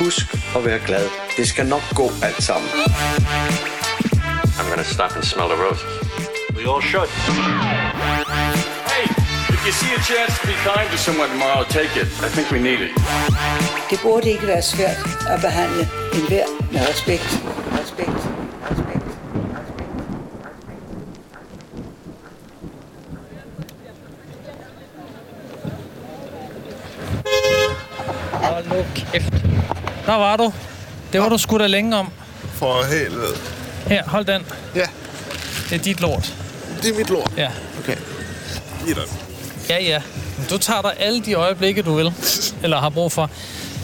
Husk at være glad. Det skal nok gå alt sammen. I'm gonna stop and smell the roses. We all should. Hey, if you see a chance to be kind to someone tomorrow, take it. I think we need it. Det burde ikke være svært at behandle en hver med respekt. Respekt. Respekt. Respekt. Hold nu kæft. Der var du. Det var du sgu da længe om. For helvede. Her, hold den. Ja, Det er dit lort. det er mit lort. Ja. Okay. Giv dig den. Ja, ja. Men Du tager dig alle de øjeblikke, du vil. Eller har brug for.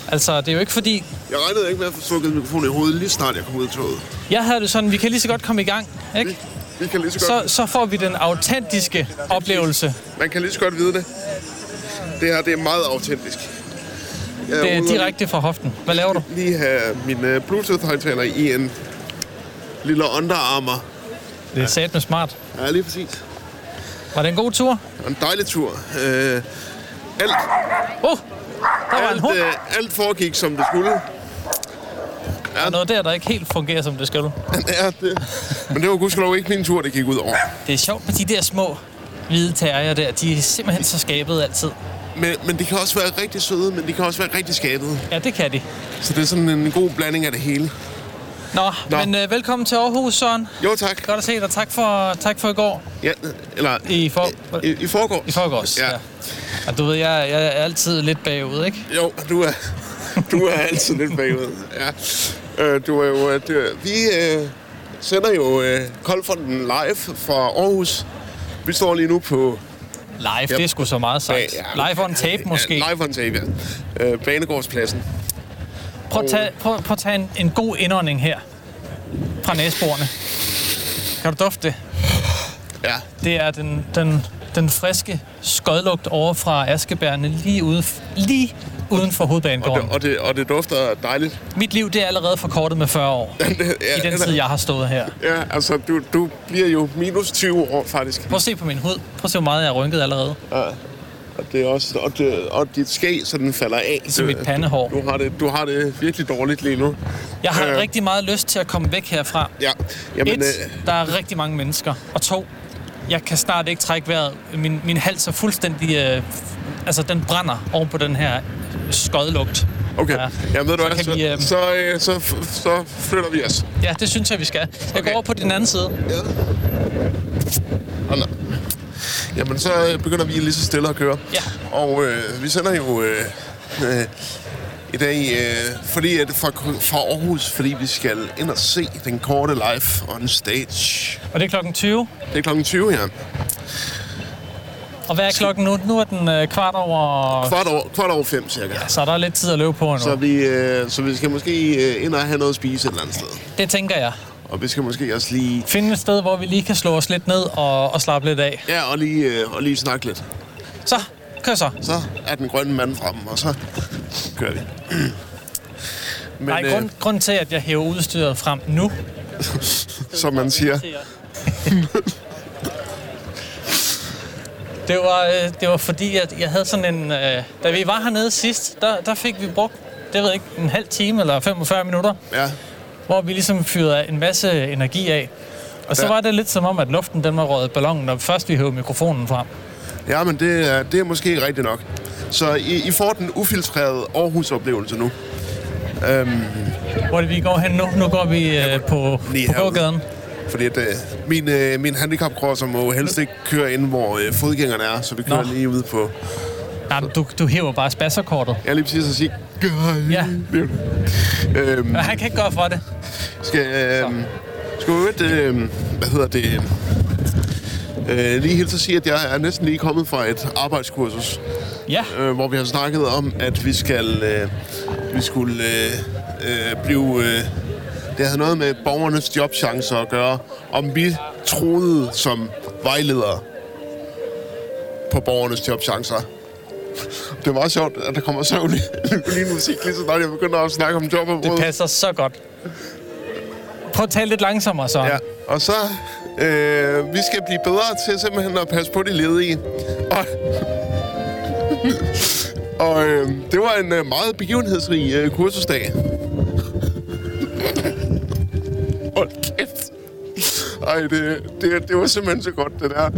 Altså, det er jo ikke fordi... Jeg regnede ikke med at få stukket mikrofonen i hovedet, lige snart jeg kom ud af toget. Jeg havde det sådan, vi kan lige så godt komme i gang, Vi, ikke? vi kan lige så Så, godt, så får vi den autentiske oplevelse. man kan lige så godt vide det. Det her, det er meget autentisk. Jeg Det er ude og direkte fra hoften. Hvad laver du? Lige have min uh, Bluetooth-højtaler i en lille underarmer. Det er sat med smart. Ja, lige præcis. Var det en god tur? Og en dejlig tur. Uh, alt, Åh, oh, der var en alt, hund. uh, alt foregik, som det skulle. Der er noget der, der ikke helt fungerer, som det skal. Ja, det. Men det var gudskelov ikke min tur, det gik ud over. Det er sjovt med de der små hvide terrier der. De er simpelthen så skabede altid. Men, men de kan også være rigtig søde, men de kan også være rigtig skabede. Ja, det kan de. Så det er sådan en god blanding af det hele. Nå, Nå. Nå. men øh, velkommen til Aarhus, Søren. Jo, tak. Godt at se dig. Tak for, tak for i går. Ja, eller... I for- I, i forgårs. I forgårs. Ja. Og du ved, jeg, jeg er altid lidt bagud, ikke? Jo, du er, du er altid lidt bagud. Ja. Øh, du er jo... øh, Du, er- vi øh, sender jo øh, Koldfonden live fra Aarhus. Vi står lige nu på... Live, det er sgu så meget sagt. Live on tape måske. Ja, live on tape, ja. Øh, Banegårdspladsen. Prøv at tage, prøv, prøv at tage en, en god indånding her. Fra næsbordene. Kan du dufte det? Ja, Det er den, den, den friske skodlugt over fra Askebærene lige, ude, lige uden for og hovedbanegården. det, og, det, og det dufter dejligt. Mit liv det er allerede forkortet med 40 år. Ja, I den eller- tid, jeg har stået her. Ja, altså, du, du bliver jo minus 20 år, faktisk. Prøv at se på min hud. Prøv at se, hvor meget jeg har rynket allerede. Og, det er også, og, det, og dit skæg, så den falder af. Øh, Ligesom mit pandehår. Du, du, har det, du har det virkelig dårligt lige nu. Jeg har Øh. øh. rigtig meget lyst til at komme væk herfra. Ja, Jamen, jamen, øh, Et, der er rigtig mange mennesker. Og to, jeg kan snart ikke trække vejret. Min, min hals er fuldstændig... Øh, f- altså, den brænder oven på den her skodlugt. okay. Ja. Ja. Jamen, ved du Så hvad, kan så, vi, øh, så, øh, så, f- så flytter vi os. Ja, det synes jeg, vi skal. Jeg Okay. går over på den anden side. Ja. Og nej. Jamen, så øh, begynder vi lige så stille at køre. Ja. Og øh, vi sender jo øh, øh, i dag, øh, fordi at fra, fra Aarhus, fordi vi skal ind og se den korte live on stage. Og det er klokken 20. Det er klokken 20 her. Og hvad er klokken nu? Nu er den øh, kvart over... Kvart over, kvart over fem cirka. Ja. Så der er lidt tid at løbe på endnu. Så, vi, øh, så vi skal måske øh, ind og have noget at spise et eller andet sted. Det tænker jeg. Og vi skal måske også lige... Finde et sted, hvor vi lige kan slå os lidt ned og, og slappe lidt af. Ja, og lige, øh, og lige snakke lidt. Så, kør så. Så er den grønne mand fremme, og så kører vi. Men Nej, grund, øh, grund til, at jeg hæver udstyret frem nu, som man siger, det var, øh, det var fordi, at jeg havde sådan en... Øh, da vi var hernede sidst, der, der fik vi brugt, det ved jeg ikke, en halv time eller 45 minutter, ja, hvor vi ligesom fyrede en masse energi af. Og så Ja. var det lidt som om, at luften den var røget i ballonen, når først vi hævde mikrofonen frem. ja men det er, det er måske rigtigt nok. Så I, I får den ufiltrerede Aarhus-oplevelse nu. Hvor er det, vi går hen nu? Nu går vi øh, på, Lige på herude. gågaden. Fordi at, øh, min, øh, min handicapkrosser må helst ikke køre ind, hvor øh, fodgængerne er, så vi kører Nå. lige ud på... Nej, men du, du hæver bare spasserkortet. Jeg lige præcis at sige... Ja. Øhm, Men han kan ikke gøre for det. Skal, øh, skal vi øvrigt, øh, hvad hedder det, øh, lige helt at sige, at jeg er næsten lige kommet fra et arbejdskursus, Ja, øh, hvor vi har snakket om, at vi skal, øh, vi skulle øh, øh, blive, øh, det havde noget med borgernes jobchancer at gøre, om vi troede som vejledere på borgernes jobchancer. Det var sjovt, at der kommer søvn lige musik, lige så snart jeg begynder at snakke om det jobområdet. passer så godt. Prøv at tale lidt langsommere, så. Ja, og så... Øh, vi skal blive bedre til simpelthen at passe på de ledige. Og, og øh, det var en øh, meget begivenhedsrig øh, kursusdag. Ej, det, det, det var simpelthen så godt, det der.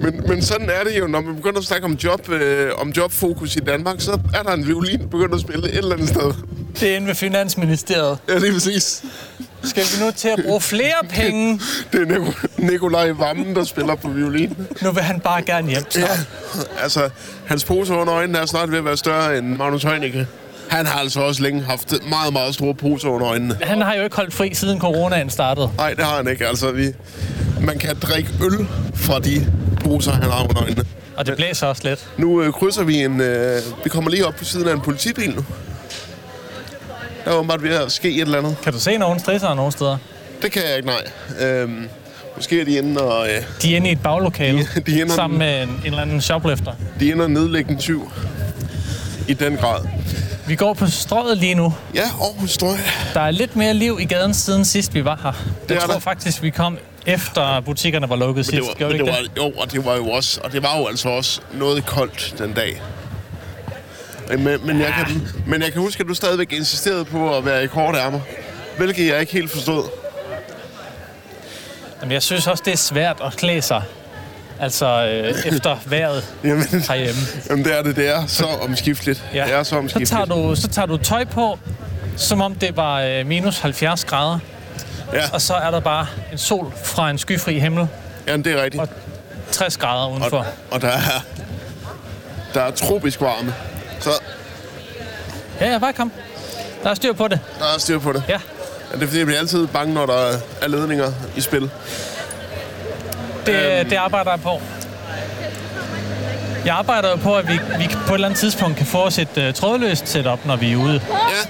Men, men sådan er det jo, når man begynder at snakke om, job, øh, om jobfokus i Danmark, så er der en violin, der begynder at spille et eller andet sted. Det er inde ved Finansministeriet. Ja, lige præcis. Skal vi nu til at bruge flere penge? Det er Nico- Nikolaj Vammen, der spiller på violin. Nu vil han bare gerne hjem. Ja. Altså, hans pose under øjnene er snart ved at være større end Magnus Heunicke. Han har altså også længe haft meget, meget store poser under øjnene. Han har jo ikke holdt fri, siden coronaen startede. Nej, det har han ikke. Altså, vi, man kan drikke øl fra de poser, han har under øjnene. Og det blæser også lidt. Nu øh, krydser vi en... Øh, vi kommer lige op på siden af en politibil nu. Der er åbenbart ved at ske et eller andet. Kan du se nogen stresser nogen steder? Det kan jeg ikke, nej. Øhm, måske er de inde og... Øh, De er inde i et baglokale De- de er inde- sammen med en, en eller anden shoplifter. de ender nedlægge en tyv. I den grad. Vi går på strøget lige nu. Ja, Aarhus Strøg. Der er lidt mere liv i gaden siden sidst, vi var her. Jeg Det er tror der. faktisk, vi kom efter butikkerne var lukket sidst. Men det var, Gjorde men vi det ikke var, jo, og det var jo også, og det var jo altså også noget koldt den dag. Øh, Men, men, jeg kan, men jeg kan huske, at du stadigvæk insisterede på at være i korte ærmer. Hvilket jeg ikke helt forstod. det? Jamen, jeg synes også, det er svært at klæde sig. Altså, øh, efter vejret Jamen, herhjemme. jamen, det er det. Det er så omskifteligt. Ja. Det er så så, omskifteligt. tager du, så tager du tøj på, som om det var øh, minus 70 grader. Ja. Og så er der bare en sol fra en skyfri himmel. Jamen, det er rigtigt. Og- 60 grader udenfor. Og, og der er, der er tropisk varme. Så Ja, ja, bare kom. Der er styr på det. der er styr på det. Ja. Ja, det er fordi, jeg bliver altid bange, når der er ledninger i spil. Det, øhm. det arbejder jeg på. Jeg arbejder jo på, at vi, vi på et eller andet tidspunkt kan få os et uh, trådløst setup, når vi er ude. Ja.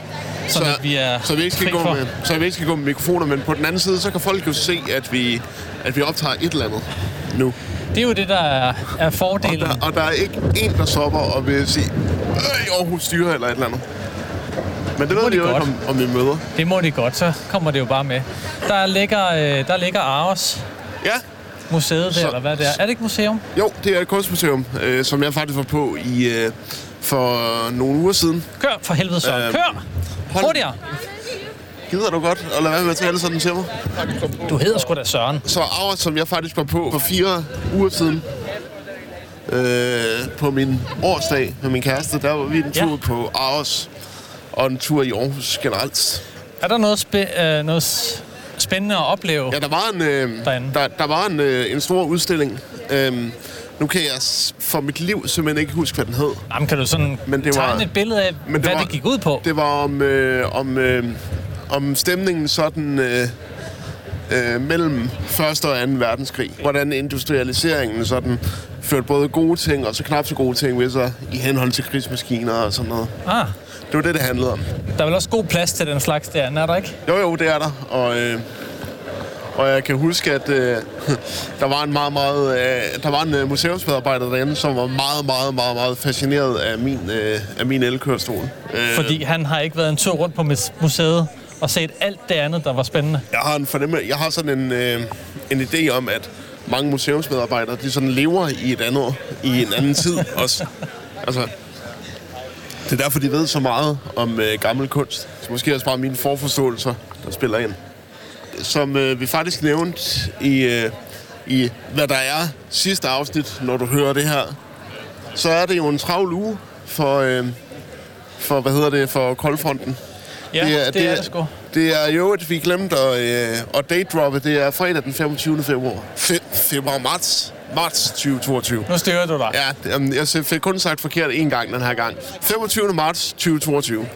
Sådan, at vi er så vi ikke skal fri gå for- med, så vi ikke skal gå med mikrofoner, men på den anden side, så kan folk jo se, at vi, at vi optager et eller andet nu. Det er jo det, der er, er Og fordelen. der, og der er ikke en, der stopper og vil sige, øh, Aarhus styrer eller et eller andet. Men det må ved de de jo ikke, godt. om, om vi møder. Det må de godt, så kommer det jo bare med. Der ligger, øh, der ligger Aros Ja, museet der, Så- eller hvad det er. Er det ikke museum? jo, det er et kunstmuseum, øh, som jeg faktisk var på i øh, for nogle uger siden. Kør for helvede så. Øhm, Kør! hold- Hurtigere! Gider du godt at lade være med at tale sådan til mig? Du hedder sgu da Søren. Så Aura, som jeg faktisk var på for fire uger siden, øh, på min årsdag med min kæreste, der var vi en Ja. tur på Aros og en tur i Aarhus generelt. Er der noget, spæ- øh, noget s- spændende at opleve? Ja, der var en, øh, Derinde. der, der var en, øh, en stor udstilling. Øh, nu kan jeg s- for mit liv simpelthen ikke huske, hvad den hed. Jamen, kan du sådan Men det var- tegne et billede af, Men det hvad var- det gik ud på? Det var om, øh, om, øh, om stemningen sådan øh, øh, mellem 1. og 2. verdenskrig. Hvordan industrialiseringen sådan førte både gode ting og så knap så gode ting ved sig i henhold til krigsmaskiner og sådan noget. Ah, Det var det, det handlede om. der er vel også god plads til den slags der, er der ikke? Jo, jo, det er der. Og, øh, og jeg kan huske, at øh, der var en meget, meget, øh, der var en øh, museumsmedarbejder derinde, som var meget, meget, meget, meget fascineret af min, øh, af min elkørestol. Øh, Fordi han har ikke været en tur rundt på mis- museet og set alt det andet, der var spændende. Jeg har en fornemmelse, jeg har sådan en, øh, en idé om, at mange museumsmedarbejdere, de sådan lever i et andet, i en anden tid også. Altså, det er derfor, de ved så meget om øh, gammel kunst. Så måske også bare mine forforståelser, der spiller ind. Som øh, vi faktisk nævnte i, øh, i, hvad der er sidste afsnit, når du hører det her, så er det jo en travl uge for, øh, for hvad hedder det, for Koldfronten. Ja, det er det, er det sgu. Det er jo, at vi glemte at, øh, at date-droppe. Det er fredag den 25. februar. Fe, februar marts. Marts 2022. Nu styrer du dig. Ja. Ja, det- jamen, jeg fik kun sagt forkert én gang den her gang. 25. marts 2022.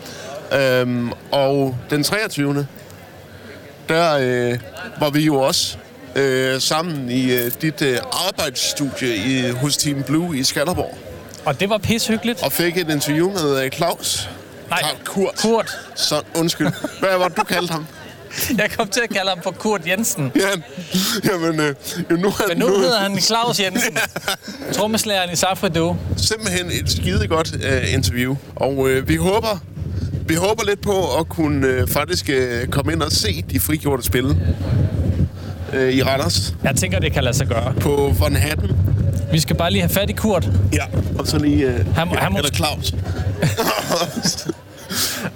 Øhm, og den 23. Der øh, var vi jo også øh, sammen i øh, dit øh, arbejdsstudie i, hos Team Blue i Skanderborg. Og det var pishyggeligt. Og fik et interview med øh, Claus. Carl Kurt. Kurt. Så, undskyld. Hvad var det, du kaldte ham? Jeg kom til at kalde ham for Kurt Jensen. Ja, jamen, øh, jo, nu, er- Men nu hedder han Claus Jensen. Trommeslageren i Safredo. simpelthen et skide godt øh, interview. Og øh, vi håber vi håber lidt på at kunne øh, faktisk øh, komme ind og se de frigjorte spille øh, i Randers Jeg tænker, det kan lade sig gøre. på Von Hatten. Vi skal bare lige have fat i Kurt. Ja, og så lige... Øh, Han må- ja, han må- eller Claus.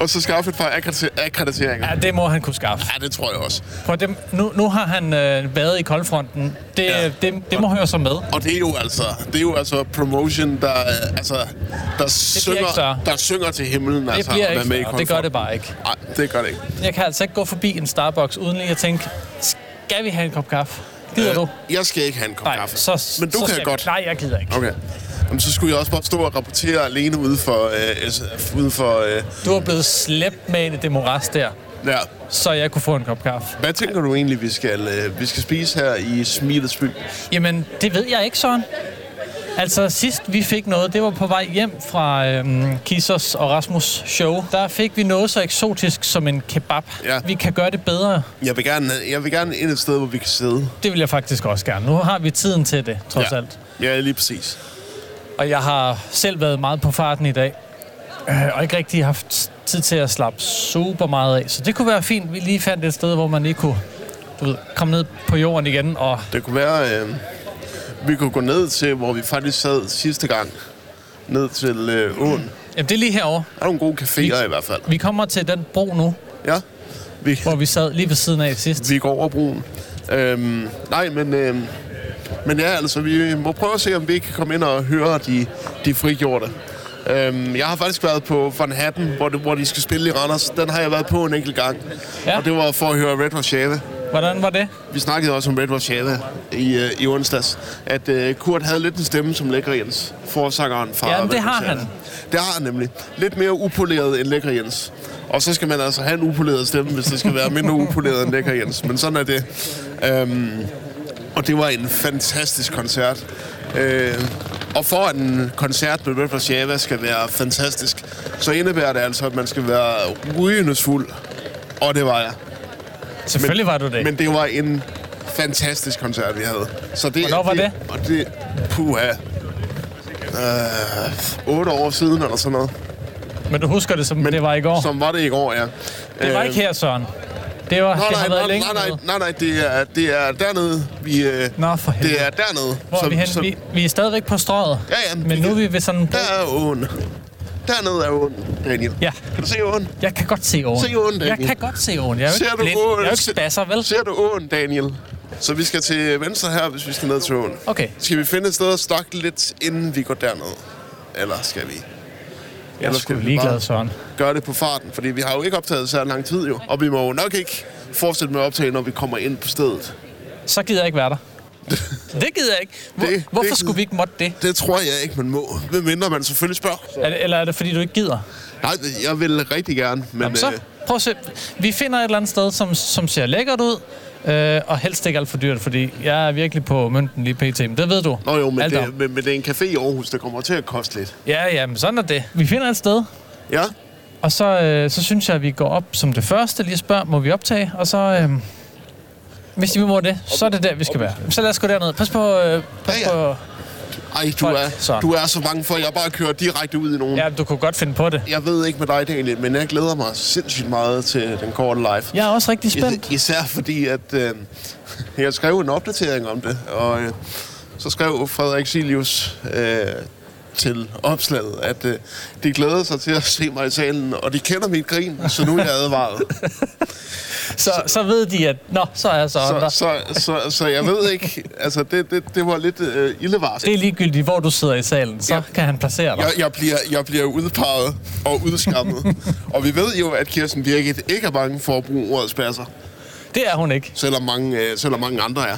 og så skaffe et par akkredite- akkrediteringer. Ja, det må han kunne skaffe. Ja, det tror jeg også. Prøv, at- det, nu, nu har han øh, været i koldfronten. Det, Ja. ja. det, det må høre sig med. Og det er jo altså, det er jo altså promotion, der, øh, altså, der, ikke synger, større. der synger til himlen. Det altså, bliver at være ikke med i større. Det gør Konfront. det bare ikke. Nej, det gør det ikke. Jeg kan altså ikke gå forbi en Starbucks, uden lige at tænke, skal vi have en kop kaffe? Gider øh, du? Jeg skal ikke have en kop Nej, kaffe. så, Men du så kan skal- godt. Nej, jeg gider ikke. Okay. Jamen, så skulle jeg også bare stå og rapportere alene ude for... Øh, S- ude for øh, Du er blevet slæbt med ind i det moras der, ja. så jeg kunne få en kop kaffe. Hvad tænker du egentlig, vi skal, øh, vi skal spise her i Smilets by? Jamen, det ved jeg ikke, Søren. Altså, sidst vi fik noget, det var på vej hjem fra øhm, Kisos og Rasmus show. Der fik vi noget så eksotisk som en kebab. Ja. Vi kan gøre det bedre. Jeg vil gerne, jeg vil gerne ind et sted, hvor vi kan sidde. Det vil jeg faktisk også gerne. Nu har vi tiden til det, trods ja. alt. Ja, lige præcis. Og jeg har selv været meget på farten i dag, øh, og ikke rigtig haft tid til at slappe super meget af. Så det kunne være fint, vi lige fandt et sted, hvor man lige kunne du ved, komme ned på jorden igen. Og Det kunne være, øh, vi kunne gå ned til, hvor vi faktisk sad sidste gang. Ned til øh, åen. Der jamen, det er lige herover. er nogle gode caféer i hvert fald. Vi kommer til den bro nu, Ja. Vi, hvor vi sad lige ved siden af sidst. vi går over broen. Øhm, nej, men, øhm, men ja, altså, vi må prøve at se, om vi ikke kan komme ind og høre de, de frigjorte. Øhm, jeg har faktisk været på Van Hatten, hvor, det, hvor de skal spille i Randers. Den har jeg været på en enkelt gang. Ja. Ja. Og det var for at høre Red Warszawa. Hvordan var det? Vi snakkede også om Red Warszawa i, øh, i onsdags, at øh, Kurt havde lidt en stemme som Lækker Jens, forsangeren fra Jamen, det Red har Warszawa. han. Det har han nemlig. Lidt mere upoleret end Lækker Jens. Og så skal man altså have en upoleret stemme, hvis det skal være mindre upoleret end Lækker Jens. Men sådan er det. Øhm, og det var en fantastisk koncert. Øh, og for at en koncert med Red Warszawa skal være fantastisk, så indebærer det altså, at man skal være rygende fuld. Og det var jeg. Selvfølgelig var du det. Men det var en fantastisk koncert, vi havde. Så det, Hvornår var det? Og det, puha. Øh, otte år siden eller sådan noget. men du husker det, som men, det var i går. Som var det i går, ja. det var Øh, ikke her, Søren. Det, var, det Nej, har nej, været nej, længe. nej, nej, nede. nej, nej, det er, det er dernede, vi... Øh, Nå, for helvede. det er dernede. Hvor er vi hen? Vi, vi er stadigvæk på strøget. Ja, ja, men nu er vi ved sådan en bro. Der er åen. Dernede er åen, Daniel. Ja. Kan du se åen? Jeg kan godt se åen. Se åen, Jeg Daniel. kan godt se åen. Jeg er jo Ser ikke du blind. åen? Jeg er jo ikke Se- spasser, vel? Ser du åen, Daniel? Så vi skal til venstre her, hvis vi skal ned til åen. Okay. Skal vi finde et sted at stokke lidt, inden vi går derned? Eller skal vi? Jeg er Eller sgu skal vi ligeglad, bare- Søren. Gøre det på farten, fordi vi har jo ikke optaget så lang tid jo. Og vi må jo nok ikke fortsætte med at optage, når vi kommer ind på stedet. Så gider jeg ikke være der. Det gider jeg ikke. Hvor, Det- det, hvorfor det- det, skulle vi ikke måtte det? Det tror jeg ikke, man må. Medmindre man selvfølgelig spørger. Er det? Eller er det, fordi du ikke gider? Nej, jeg vil rigtig gerne, men... Jamen, så øh, prøv at se. Vi finder et eller andet sted, som, som ser lækkert ud. Øh, og helst ikke alt for dyrt, fordi jeg er virkelig på mønten lige pt. Men det ved du. Nå jo, men Alt det, om. men, men det er en café i Aarhus, der kommer til at koste lidt. Ja, ja, men sådan er det. Vi finder et sted, Ja? og så, øh, så synes jeg, at vi går op som det første. Lige spørger, må vi optage? Og så... Øh, hvis vi må det, så er det der, vi skal være. Så lad os gå derned. Pas på... Øh, pas Ja, ja, ja. ja. Ej, du Folk, er, Søren. du er så bange for, at jeg bare kører direkte ud i nogen. på... Ja, du kunne godt finde på det. Jeg ved ikke med dig, Daniel, men jeg glæder mig sindssygt meget til den korte live. Jeg er også rigtig spændt. Is- især fordi, at øh, jeg skrev en opdatering om det, og øh, så skrev Frederik Silius øh, til opslaget, at øh, de glæder sig til at se mig i salen, og de kender mit grin, så nu er jeg advaret. Så, så ved de, at... Nå, så er jeg så, så, så, så så, så, så jeg ved ikke, altså det, det, det var lidt øh, ildevarsk. Det er ligegyldigt, hvor du sidder i salen. Så Ja. ja. kan han placere dig. Jeg, jeg, bliver, jeg bliver udpeget og udskammet. og vi ved jo, at Kirsten Birgit ikke er bange for at bruge ordet spasser. Det er hun ikke. selvom mange, øh, selvom mange andre er.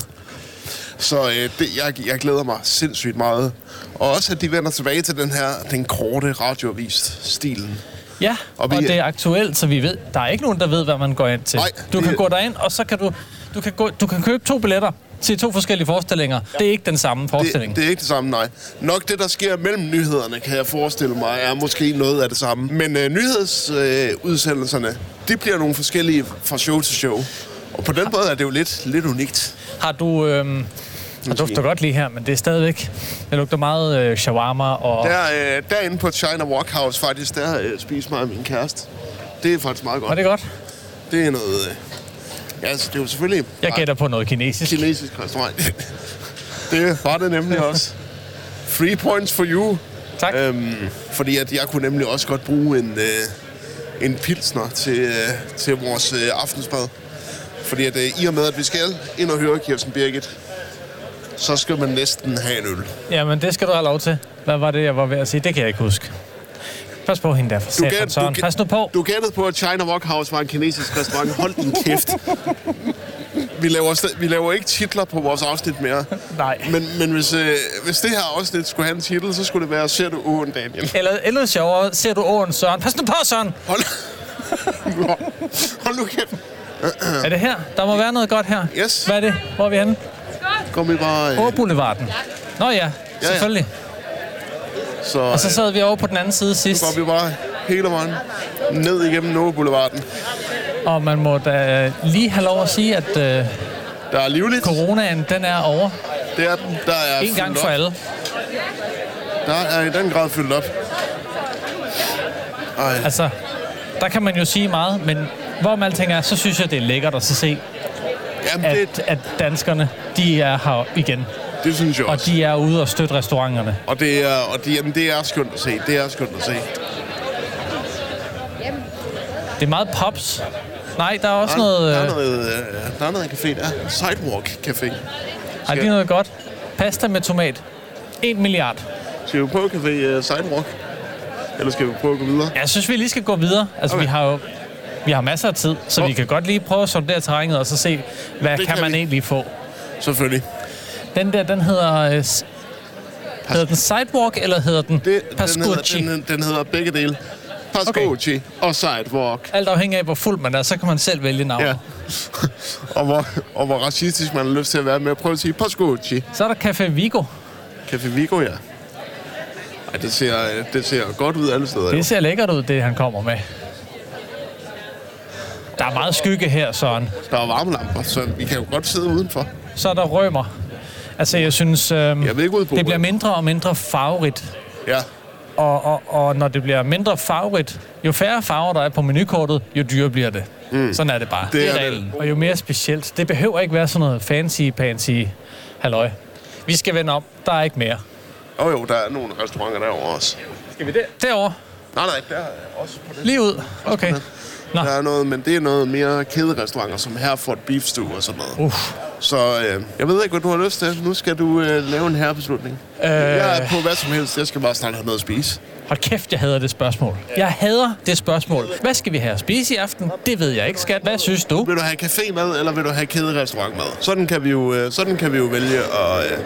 Så øh, det, jeg, jeg glæder mig sindssygt meget. Og også, at de vender tilbage til den her, den korte radioavis-stilen. Ja, Og og, vi- og det er aktuelt, så vi ved... Der er ikke nogen, der ved, hvad man går ind til. Nej, du det- kan gå derind, og så kan du... Du kan, gå, du kan købe to billetter til to forskellige forestillinger. Ja. Det er ikke den samme forestilling. Det, det er ikke det samme, nej. Nok det, der sker mellem nyhederne, kan jeg forestille mig, er måske noget af det samme. Men øh, nyhedsudsendelserne, øh, udsendelserne, de bliver nogle forskellige fra show til show. Og på den måde er det jo lidt, lidt unikt. Har du... Øhm, det dufter godt lige her, men det er stadigvæk... Det lugter meget øh, shawarma og... Ja. Der, øh, derinde på China Walkhouse, faktisk, der øh, spiser mig og min kæreste. Det er faktisk meget godt. Var det godt? Det er noget... øh, Ja, altså, det er jo selvfølgelig... Jeg bare gætter på noget kinesisk. Kinesisk restaurant. det var det nemlig også. Three points for you. Tak. Øhm, fordi at jeg kunne nemlig også godt bruge en, øh, en pilsner til, øh, til vores øh, aftensmad. Fordi at, øh, i og med, at vi skal ind og høre Kirsten Birgit, så skal man næsten have en øl. Jamen, det skal du have lov til. Hvad var det, jeg var ved at sige? Det kan jeg ikke huske. Pas på hende der, for gæt- satan, Søren. gæt- Pas nu på. Du gættede på, at China Rock House var en kinesisk restaurant. Hold din kæft. Vi laver, sta- vi laver ikke titler på vores afsnit mere. Nej. Men, men hvis, øh, hvis det her afsnit skulle have en titel, så skulle det være Ser du åen, Daniel? Eller, eller sjovere, ser du åren, Søren? Pas nu på, Søren! Hold, Hold nu kæft. Er det her? Der må være noget godt her. Yes. Hvad er det? Hvor er vi henne? Kom i bare... Øh, Åboulevarden. Nå ja, selvfølgelig. så, øh, Og så sad vi over på den anden side sidst, går vi bare hele vejen ned igennem Norge Boulevarden. og man må da øh, lige have lov at sige, at øh, Der er livligt. coronaen, den er over. Det er den. Der er En gang fyldt for op. alle. Der er i den grad fyldt op. Ej. Altså, der kan man jo sige meget, men hvor man tænker, så synes jeg, det er lækkert at så se, Jamen, at, det, at danskerne, de er her igen. det synes jeg Og også. de er ude og støtte restauranterne. Og det er, og det, jamen, det er skønt at se. Det er skønt at se. Det er meget pops. Nej, der er også noget... der, er Øh, noget, øh, der er noget café der. Sidewalk Café. ej, det er noget godt. Pasta med tomat. 1 milliard. Skal vi på café uh, Sidewalk? Eller skal vi prøve at gå videre? Jeg synes, vi lige skal gå videre. Altså, okay. Okay. vi har jo vi har masser af tid, så Nå. vi kan godt lige prøve at sondere terrænet og så se, hvad Det kan, kan man vi. egentlig få. Selvfølgelig. Den der, den hedder... Øh, s- hedder den sidewalk, eller hedder den Det, den, Pascucci? hedder, den, den hedder begge dele. Pascochi okay. og Sidewalk. Alt afhængig af, hvor fuld man er, så kan man selv vælge navnet. Ja. og, hvor, og hvor racistisk man har lyst til at være med. Prøv at sige Pascochi. Så er der Café Vigo. Café Vigo, ja. Ej, det ser, øh, det ser godt ud alle steder. jo. Det ser lækkert ud, det han kommer med. Der er meget skygge her, Søren. Der er varmelamper, så vi kan jo godt sidde udenfor. Så er der rømer. Altså, jeg synes, øh, Jeg vil ikke ud på det bliver rømer. mindre og mindre farverigt. Ja, Og, og, og når det bliver mindre farverigt, jo færre farver der er på menukortet, jo dyrere bliver det. Mm. Sådan er det bare. Det Det er, er det. reglen. Og jo mere specielt. Det behøver ikke være sådan noget fancy-pansy halløj. Vi skal vende om. Der er ikke mere. og jo, der er nogle restauranter derovre også. Skal vi det? Derovre. Nej, nej, der er også på det. Lige ud. Okay. Nå. Der er noget, men det er noget mere kæderestauranter, som Herford Beef Stew og sådan noget. Uff. Så øh, jeg ved ikke, hvad du har lyst til. Nu skal du øh, lave en herrebeslutning. Øh... Jeg er på hvad som helst. Jeg skal bare snart have noget at spise. Hold kæft, jeg hader det spørgsmål. Jeg hader det spørgsmål. Hvad skal vi have at spise i aften? Det ved jeg ikke, skat. Hvad synes du? Vil du have cafémad, eller vil du have kæderestaurantmad? Sådan kan vi jo, øh, sådan kan vi jo vælge at... Øh,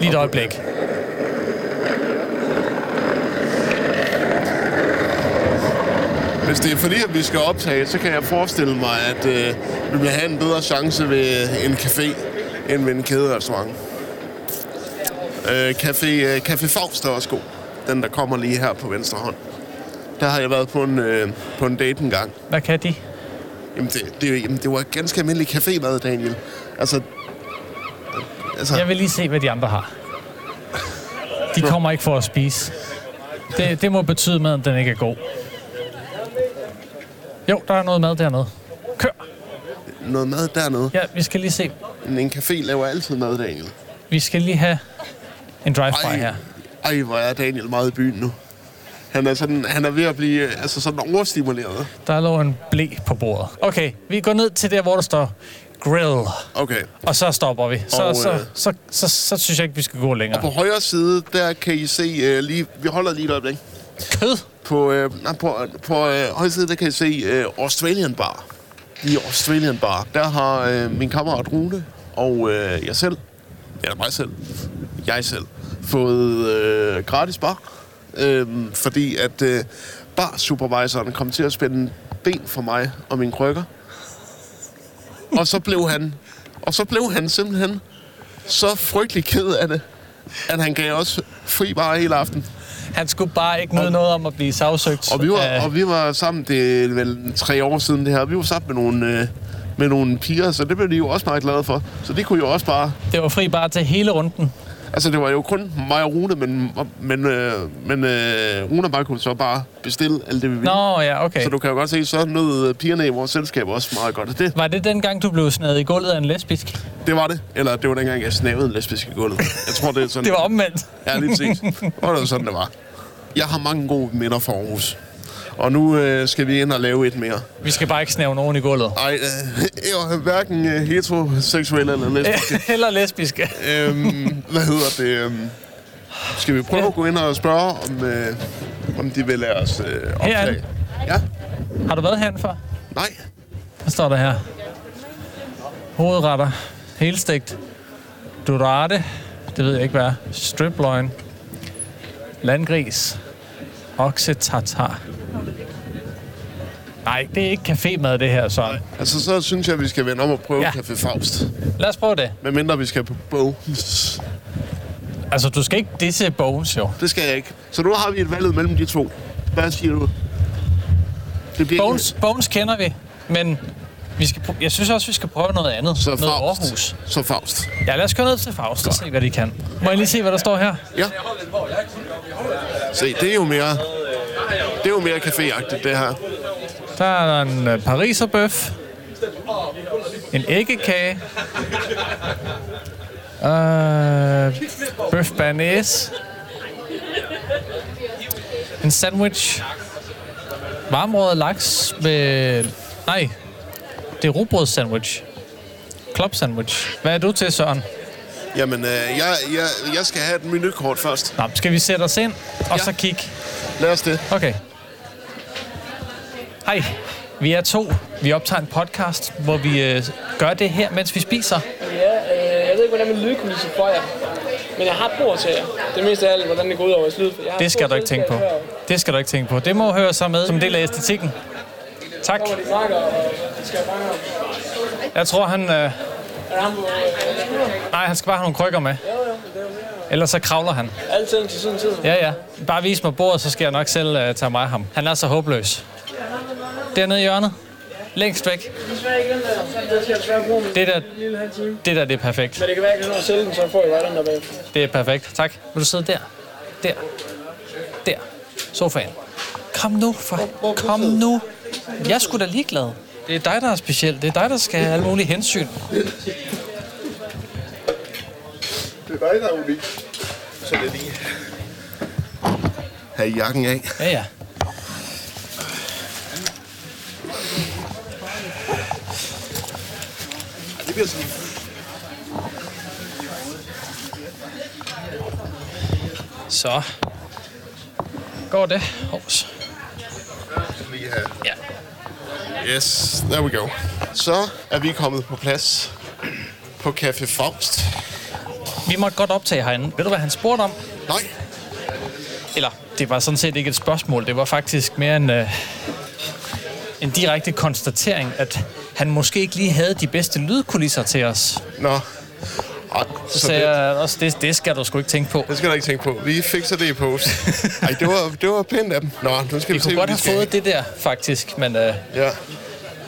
Lige et øjeblik. Hvis det er fordi, at vi skal optage, så kan jeg forestille mig, at øh, vi vil have en bedre chance ved en café, end ved en kæderestaurant. Øh, café, øh, café Faust er også god. Den, der kommer lige her på venstre hånd. Der har jeg været på en, øh, på en date en gang. Hvad kan de? Jamen, det, det, jamen, det var ganske almindelig cafémad, Daniel. Altså, altså Jeg vil lige se, hvad de andre har. De kommer ikke for at spise. Det, det må betyde, maden den ikke er god. Jo, der er noget mad dernede. Kør! noget mad dernede. Ja, vi skal lige se. Men en café laver altid mad, Daniel. Vi skal lige have en drive-by Ej, her. ej, hvor er Daniel meget i byen nu. Han er, sådan, han er ved at blive øh, altså sådan overstimuleret. Der lå en blæ på bordet. Okay, vi går ned til der, hvor der står grill. Okay. Og så stopper vi. Så, Og, så, øh, så, så, så, så synes jeg ikke, vi skal gå længere. På højre side, der kan I se, øh, lige, vi holder lige et øjeblik. Kød? På, øh, nej, på, på øh, højre side, der kan I se øh, Australian Bar. I Australian Bar, der har øh, min kammerat Rune og øh, jeg selv, eller mig selv, jeg selv, fået øh, gratis bar. Øh, fordi at øh, barsupervisoren kom til at spænde ben for mig og mine krykker. Og så blev han, og så blev han simpelthen så frygtelig ked af det, at han gav os fri bar hele aften. Han skulle bare ikke nyde noget om at blive sagsøgt. Øh, Og vi var, af- og vi var sammen, det er vel tre år siden det her, vi var sammen med nogle, øh, med nogle piger, så det blev de jo også meget glade for. Så det kunne jo også bare... Det var fri bare til hele runden. Altså, det var jo kun mig og Rune, men, men, øh, men øh, Rune og mig kunne så bare bestille alt det, vi ville. Nå ja, okay. Så du kan jo godt se, så nød øh, pigerne i vores selskab også meget godt. Og Det, Var det dengang, du blev snadet i gulvet af en lesbisk? det var det. Eller det var dengang, jeg snavede en lesbisk i gulvet. Jeg tror, det er sådan... Det var omvendt. Ja, lige præcis. Og det var sådan, det var. Jeg har mange gode minder fra Aarhus. Og nu øh, skal vi ind og lave et mere. Vi skal bare ikke snævne oven i gulvet. Ej, øh, jeg er hverken øh, heteroseksuel eller lesbisk. Eller lesbiske. øhm, hvad hedder det? Øhm, skal vi prøve at gå ind og spørge, om, øh, om de vil lade os øh, Herinde. optage? Ja? Har du været herinde før? Nej? Hvad står der her? Hovedretter. Helstegt. Dorade. Det ved jeg ikke, hvad er. Stripløgn. Landgris. Oksetartar. Nej, det er ikke cafémad, det her, Søren. Altså, så synes jeg, vi skal vende om og prøve Ja. ja. Café Faust. Lad os prøve det. Hvad mindre vi skal på Bones. Altså, du skal ikke disse Bones, jo. Det skal jeg ikke. Så nu har vi et valg mellem de to. Hvad siger du? Det bliver Bones, Bones kender vi, men vi skal pr- jeg synes også, vi skal prøve noget andet. Så noget Faust. Aarhus. Så Faust. Ja, lad os køre ned til Faust og se, hvad de kan. Må jeg lige se, hvad der står her? Ja. Se, det er jo mere... Det er jo mere caféagtigt, det her. Der er der en øh, pariserbøf. En æggekage. Øh, bøf banæs. En sandwich. Varmrød laks med... Nej, det er rugbrødssandwich. Club sandwich. Hvad er du til, Søren? Jamen, øh, jeg, jeg, jeg skal have et menukort først. Nå, skal vi sætte os ind, og ja. Ja. så kigge? Lad os det. Okay. Hej, vi er to. Vi optager en podcast, hvor vi øh, gør det her, mens vi spiser. Ja, øh, jeg ved ikke, hvordan min lydkulisse får jer. Men jeg har et bord til jer. Det meste af alt, hvordan det går ud over jeres lyd. for Jeg har Det skal stort du ikke tænke på. selskab heroppe. Det skal du ikke tænke på. Det må høre sig med som en del af æstetikken. Tak. Hvor de snakker, og de skal fange ham. Jeg tror, han... Øh, Er det ham på øh, skulderen? nej, han skal bare have nogle krykker med. Ja, ja, men det er jo mere. Ellers så kravler han. Alting til sin tid. Ja, ja. Bare vis mig bordet, så skal jeg nok selv øh, tage mig af ham. Han er så håbløs. Dernede i hjørnet. Længst væk. Desværre ikke den der. Det skal jeg desværre bruge min Det der, lille halv time. det der, det er perfekt. Men det kan være, at jeg kan nå at sælge den, så får I bare den der bagefter. Det er perfekt. Tak. Vil du sidde der? Der. Der. Sofaen. Kom nu, for... Kom nu. Jeg skulle da ligeglad. Det er dig, der er speciel. Det er dig, der skal have alle mulige hensyn. Det er dig, der er unik. Så det er lige... Have jakken af. Ja, ja. Det bliver sådan... Så. Går det? Hovs. Lige her. Ja. Yes, there we go. Så er vi kommet på plads på Café Faust. Vi måtte godt optage herinde. Ved du, hvad han spurgte om? Nej, Eller, det var sådan set ikke et spørgsmål. Det var faktisk mere en, øh, en direkte konstatering, at han måske ikke lige havde de bedste lydkulisser til os. nå. Ej, Så sagde jeg også, det, det skal du sgu ikke tænke på. Det skal du ikke tænke på. Vi fikser det i pose. Ej, det var, det var pænt af dem. Nå, nu skal vi, Vi se, kunne hvad godt vi have skal fået det der, faktisk, men øh, Ja,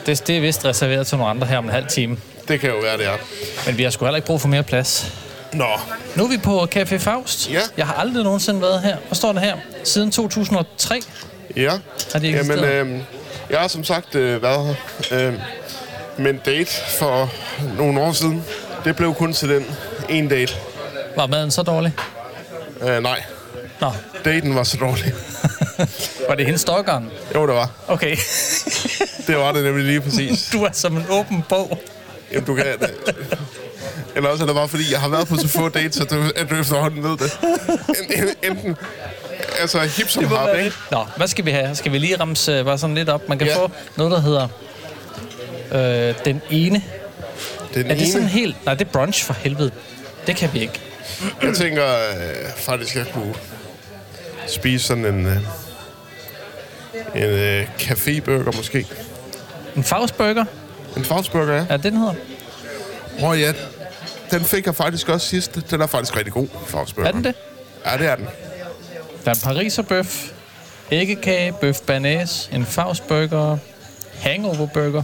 det, det er vist reserveret til nogle andre her om en halv time. det kan jo være, det er. Men vi har sgu heller ikke brug for mere plads. Nå, Nu er vi på Café Faust. Ja. Jeg har aldrig nogensinde været her. Hvor står det her? Siden 2003. ja. Har de Jamen, eksisteret? øh, jeg har som sagt øh, været her øh, med en date for nogle år siden. Det blev kun til den en date. Var maden så dårlig? Øh, nej, Nå, daten var så dårlig. var det hende stokkeren? Jo, det var. Okay, Det var det nemlig lige præcis. du er som en åben bog. Jamen, du kan... øh, Eller også er det bare, fordi jeg har været på så få dates, at du, at du efterhånden ved det. En- en- Enten... Altså, hip som hop, ikke? Nå, hvad skal vi have? Skal vi lige ramse øh, bare sådan lidt op? Man kan Ja. få noget, der hedder øh, Den Ene. Den Er det sådan ene, helt... Nej, det er brunch for helvede. Det kan vi ikke. jeg tænker øh, faktisk, jeg kunne spise sådan en, øh, en øh, caféburger måske. En Faustburger? En Faustburger, ja. Er det, den hedder? Åh oh, ja, den fik jeg faktisk også sidst. Den er faktisk rigtig god, Faustburger. Er den det? Ja, det er den. Der er pariserbøf, æggekage, bøf banæs, en faustburger, hangoverburger.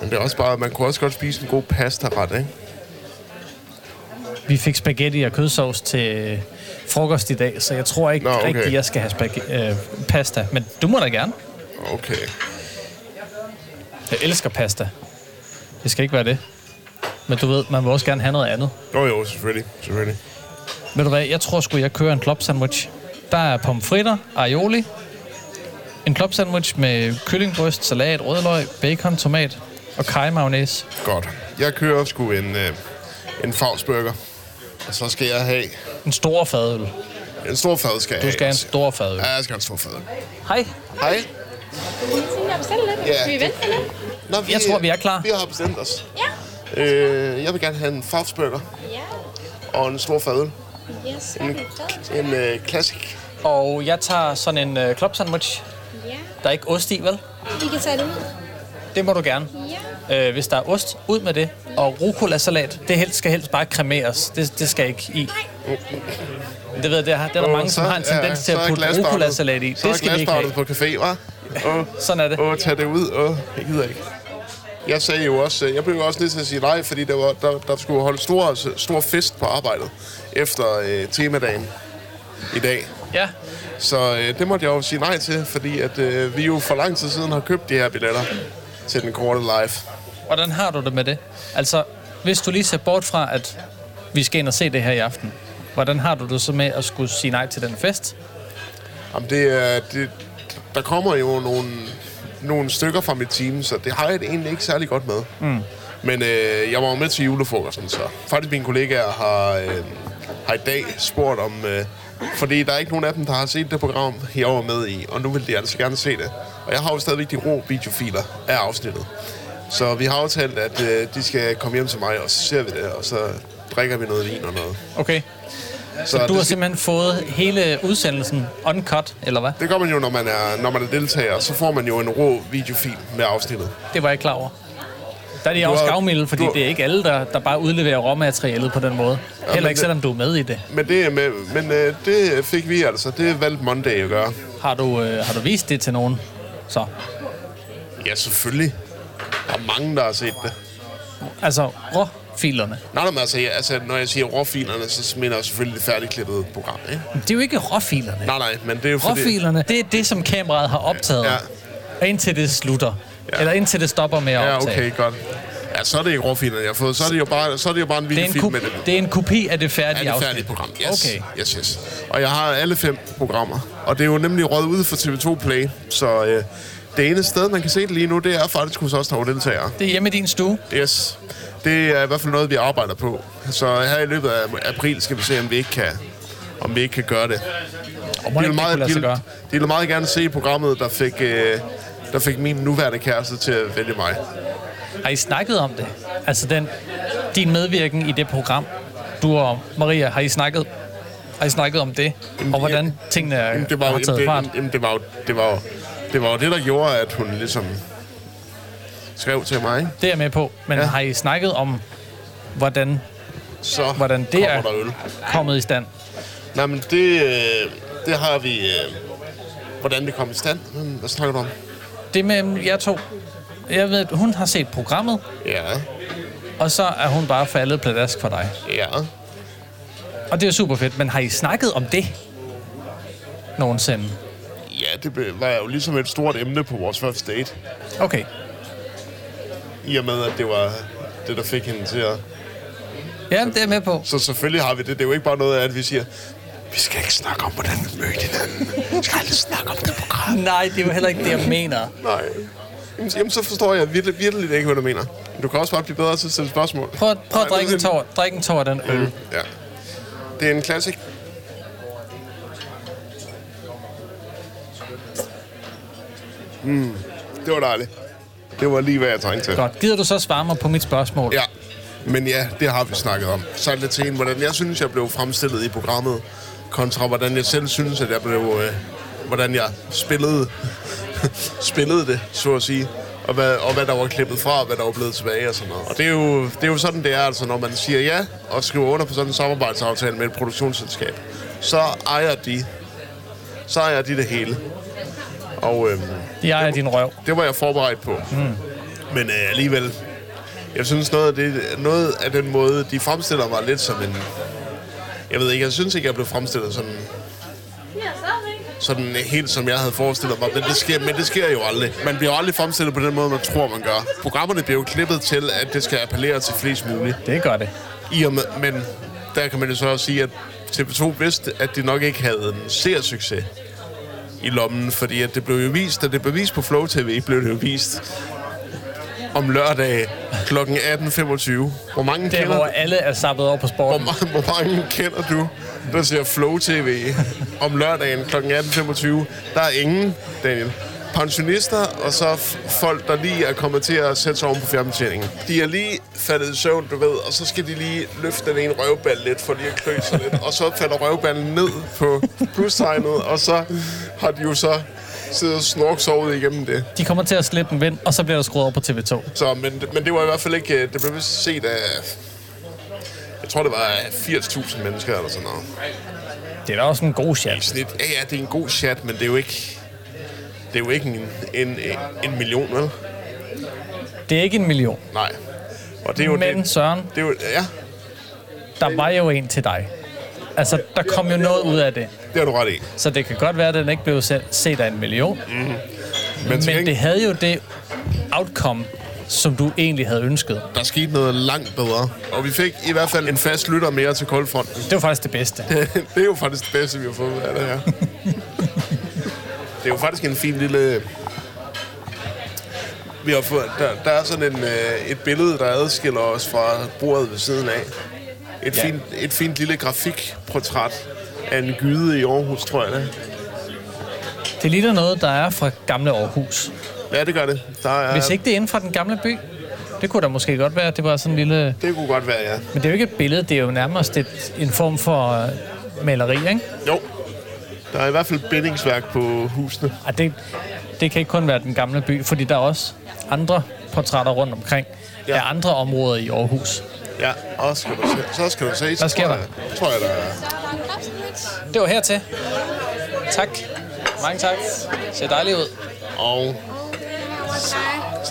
Men det er også bare, man kunne også godt spise en god pastaret, ikke? Vi fik spaghetti og kødsovs til frokost i dag, så jeg tror ikke Nå, okay. rigtigt, jeg skal have spag- øh, pasta. Men du må da gerne. Okay. Jeg elsker pasta. Det skal ikke være det. Men du ved, man må også gerne have noget andet. Jo, jo, selvfølgelig. selvfølgelig. Ved du hvad, jeg tror sgu, jeg kører en club sandwich. Der er pomfritter, aioli, en club sandwich med kyllingbryst, salat, rødløg, bacon, tomat og kajmagnæs. Godt. Jeg kører sgu en, øh, en Favsburger. Og så skal jeg have En stor fadøl. en stor fad. Skal Du jeg skal have have. en stor fadøl. Ja, jeg skal have en stor fad. Hej. Hej. Jeg bestiller lidt. Ja. Skal vi vente lidt? Nå, vi, Jeg tror, vi er klar. Vi har bestemt os. Ja. Øh, jeg vil gerne have en Favsburger Ja. og en stor fadøl. Ja, så er vi klar. En øh, klassik. Og jeg tager sådan en øh, club sandwich. Ja. Der er ikke ost i, vel? Vi kan tage det ud. Det må du gerne. Ja. Øh, hvis der er ost, ud med det. Og rucolasalat, det helst, skal helst bare cremeres. Det, det skal ikke i. Det ved jeg, det er, det er der mange, som har en tendens til at putte rucolasalat i. Så er Det skal vi ikke have. glasbarnet på café, hva'? Åh, Sådan er det. åh, tag det ud. Åh, jeg gider ikke. Jeg sagde jo også, øh, jeg blev jo også nødt til at sige nej, fordi der, var, der, der skulle holde stor, stor fest på arbejdet efter øh, temadagen i dag. Ja, Så øh, det måtte jeg jo sige nej til, fordi at, øh, vi jo for lang tid siden har købt de her billetter til den korte live. hvordan har du det med det? Altså, hvis du lige ser bort fra, at vi skal ind og se det her i aften, hvordan har du det så med at skulle sige nej til den fest? Jamen, det er... Det, der kommer jo nogle, nogle stykker fra mit team, så det har jeg det egentlig ikke særlig godt med. Mm. Men øh, jeg var jo med til julefrokosten, så faktisk mine kollegaer har, øh, har i dag spurgt om... Øh, fordi der er ikke nogen af dem, der har set det program, jeg var med i, og nu vil de altså gerne se det. Og jeg har jo stadigvæk de rå videofiler af afsnittet. Så vi har aftalt, at øh, de skal komme hjem til mig, og så ser vi det, og så drikker vi noget vin og noget. Okay, Så du det har skal- simpelthen fået hele udsendelsen uncut, eller hvad? Det gør man jo, når man er, når man er deltager. Så får man jo en rå videofil med afsnittet. Det var jeg ikke klar over. Der er de Du også har- gavmilde, fordi du har- det er ikke alle, der, der bare udleverer råmaterialet på den måde. Heller ikke det- selvom du er med i det. Men det, med, men øh, det fik vi altså. Det valgte Monday at gøre. Har du, øh, har du vist det til nogen? Så, Ja, selvfølgelig. Der er mange, der har set det. altså råfilerne. Nej, nej, men altså, jeg, altså, når jeg siger råfilerne, så mener jeg selvfølgelig det færdigklippede program, ikke? Det er jo ikke råfilerne. Nej, nej, men det er jo fordi... Råfilerne, det er det, som kameraet har optaget. Ja. Og Indtil det slutter. Ja. Eller indtil det stopper med at Ja, optage. okay, godt. Ja, så er det ikke råfilerne, jeg har fået. Så er det jo bare, så er det jo bare en Det er, en videofil ko- med det. det er en kopi af det Er færdige det Altså, afsnit. færdigt program? Yes. Okay. Yes, yes. Og jeg har alle fem programmer. Og det er jo nemlig røget ud for TV2 Play, så øh, det ene sted, man kan se det lige nu, det er faktisk hos os, der er deltagere. Det er hjemme i din stue. Yes. Det er i hvert fald noget, vi arbejder på. Så her i løbet af april skal vi se, om vi ikke kan, om vi ikke kan gøre det. Og må de, ikke det vil kunne meget, lade de, sig vil, gøre. de vil meget gerne se programmet, der fik, øh, der fik min nuværende kæreste til at vælge mig. Har I snakket om det? Altså den, din medvirken i det program, du og Maria, har I snakket, har I snakket om det? og hvordan tingene er, Jamen, det var, jo, har taget jamen, fart? det, jamen, det, var jo, det, var jo, det var jo det, der gjorde, at hun ligesom skrev til mig, ikke? Det er jeg med på. Men ja. Ja. har I snakket om, hvordan, Så hvordan det kommer er der øl. kommet i stand? Nej, men det, øh, det har vi... Øh, hvordan det kom i stand. Hmm, Hvad snakker du om? Det med jer to. Jeg ved, at hun har set programmet, Ja, og så er hun bare faldet pladask for dig. ja. Og det er super fedt, men har I snakket om det nogensinde? Ja, det be- var jo ligesom et stort emne på vores første date. Okay, I og med, at det var det, der fik hende til at... ja, det er jeg med på. Så selvfølgelig har vi det. Det er jo ikke bare noget af, at vi siger, vi skal ikke snakke om, hvordan vi mødte hinanden. Vi skal aldrig snakke om det program. Nej, det er jo heller ikke det, jeg mener. Nej. Jamen, jamen, så forstår jeg virkelig, virkelig ikke, hvad du mener. Men du kan også bare blive bedre til at stille spørgsmål. Prøv, at- prøv at Nej, drikke en det er- tår, drik en tår af den øl. Mm. Ja. Det er en klassik. Mm, det var dejligt. Det var lige, hvad jeg trængte til. Godt. Gider du så svare mig på mit spørgsmål? Ja, men ja, det har vi snakket om. Så er det til en, hvordan jeg synes, jeg blev fremstillet i programmet, kontra hvordan jeg selv synes, at jeg blev... Øh, hvordan jeg spillede, spillede det, så at sige. Og hvad, og hvad der var klippet fra, og hvad der var blevet tilbage og sådan noget. Og det er jo, det er jo sådan, det er, altså, når man siger ja og skriver under på sådan en samarbejdsaftale med et produktionsselskab, så ejer de, så ejer de det hele. Og øhm, Jeg er din røv. det var jeg forberedt på. Mm. Men øh, alligevel, jeg synes noget af, det, noget af den måde, de fremstiller mig lidt som en... Jeg ved ikke, jeg synes ikke, jeg blev fremstillet sådan, sådan helt som jeg havde forestillet mig, men det, sker, men det sker jo aldrig. Man bliver jo aldrig fremstillet på den måde, man tror, man gør. Programmerne bliver jo klippet til, at det skal appellere til flest muligt. Det gør det. I og med, men der kan man jo så også sige, at TV2 vidste, at de nok ikke havde en seersucces i lommen, fordi at det blev jo vist, da det blev vist på Flow TV, blev det jo vist om lørdag kl. 18.25. Hvor mange Der, kender hvor alle er sappet over på hvor, sporten. ma- hvor mange kender du, der ser Flow TV om lørdagen kl. 18.25? Der er ingen, Daniel. Pensionister, og så f- folk, der lige er kommet til at sætte sig oven på fjernbetjeningen. De er lige faldet i søvn, du ved, og så skal de lige løfte den ene røvball lidt, for lige at klø sig lidt. Og så falder røvballen ned på plustegnet, og så har de jo så siddet og snorksovet igennem det. De kommer til at slippe en vind, og så bliver der skruet over på TV2. Så, men, men det var i hvert fald ikke... øh, Det blev vist set af... Jeg tror, det var 80.000 mennesker eller sådan noget. Det er da også en god i chat. snit. Ja, ja, det er en god chat, men det er jo ikke... Det er jo ikke en, en, en million, vel? Det er ikke en million. Nej. Og det er jo Men det, Søren, det er jo, ja, der var jo en til dig. Altså, der kom jo noget ud af det. det har du ret i. Så det kan godt være, at den ikke blev se- set af en million. Men, til Men det gengæld, havde jo det outcome, som du egentlig havde ønsket. der skete noget langt bedre. Og vi fik i hvert fald en fast lytter mere til Koldfronten. Det var faktisk det bedste. det er jo faktisk det bedste, vi har fået ud af det her. det er jo faktisk en fin lille... Vi har fået, der, der er sådan en, øh, et billede, der adskiller os fra bordet ved siden af. Et, Ja. ja. fint, et fint lille grafikportræt af en gyde i Aarhus, tror jeg det er. Det ligner noget, der er fra gamle Aarhus. Ja, det gør det. Der er, Hvis ikke det er inden fra den gamle by, det kunne da måske godt være, at det var sådan en lille... Det kunne godt være, ja. Men det er jo ikke et billede, det er jo nærmest et, en form for øh, maleri, ikke? Jo. Der er i hvert fald bindingsværk på husene. Ej, det, det kan ikke kun være den gamle by, fordi der er også andre portrætter rundt omkring ja. Ja. af andre områder i Aarhus. Ja, og skal du se. Så skal du se. Hvad sker tror der? Jeg, tror jeg, der er. Så er der en klapsnit. Det var hertil. Tak. Mange tak. Ser dejligt ud. Og Og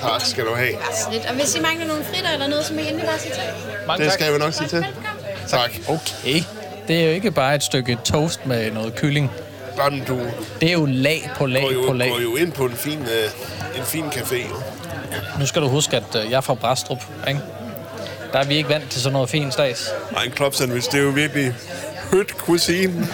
tak skal du have. Snit. Og hvis I mangler nogle fritter eller noget, som I endelig bare sige til. Mange Det tak. skal jeg jo nok sige til. Velkommen. Tak. Okay. Det er jo ikke bare et stykke toast med noget kylling. Børn, du Det er jo lag på lag går jo, på lag. går jo ind på en fin, øh, en fin café. jo. Nu skal du huske, at øh, jeg er fra Brastrup, ikke? Der er vi ikke vant til sådan noget fint stads. Ej, en club sandwich, det er jo virkelig hødt cuisine.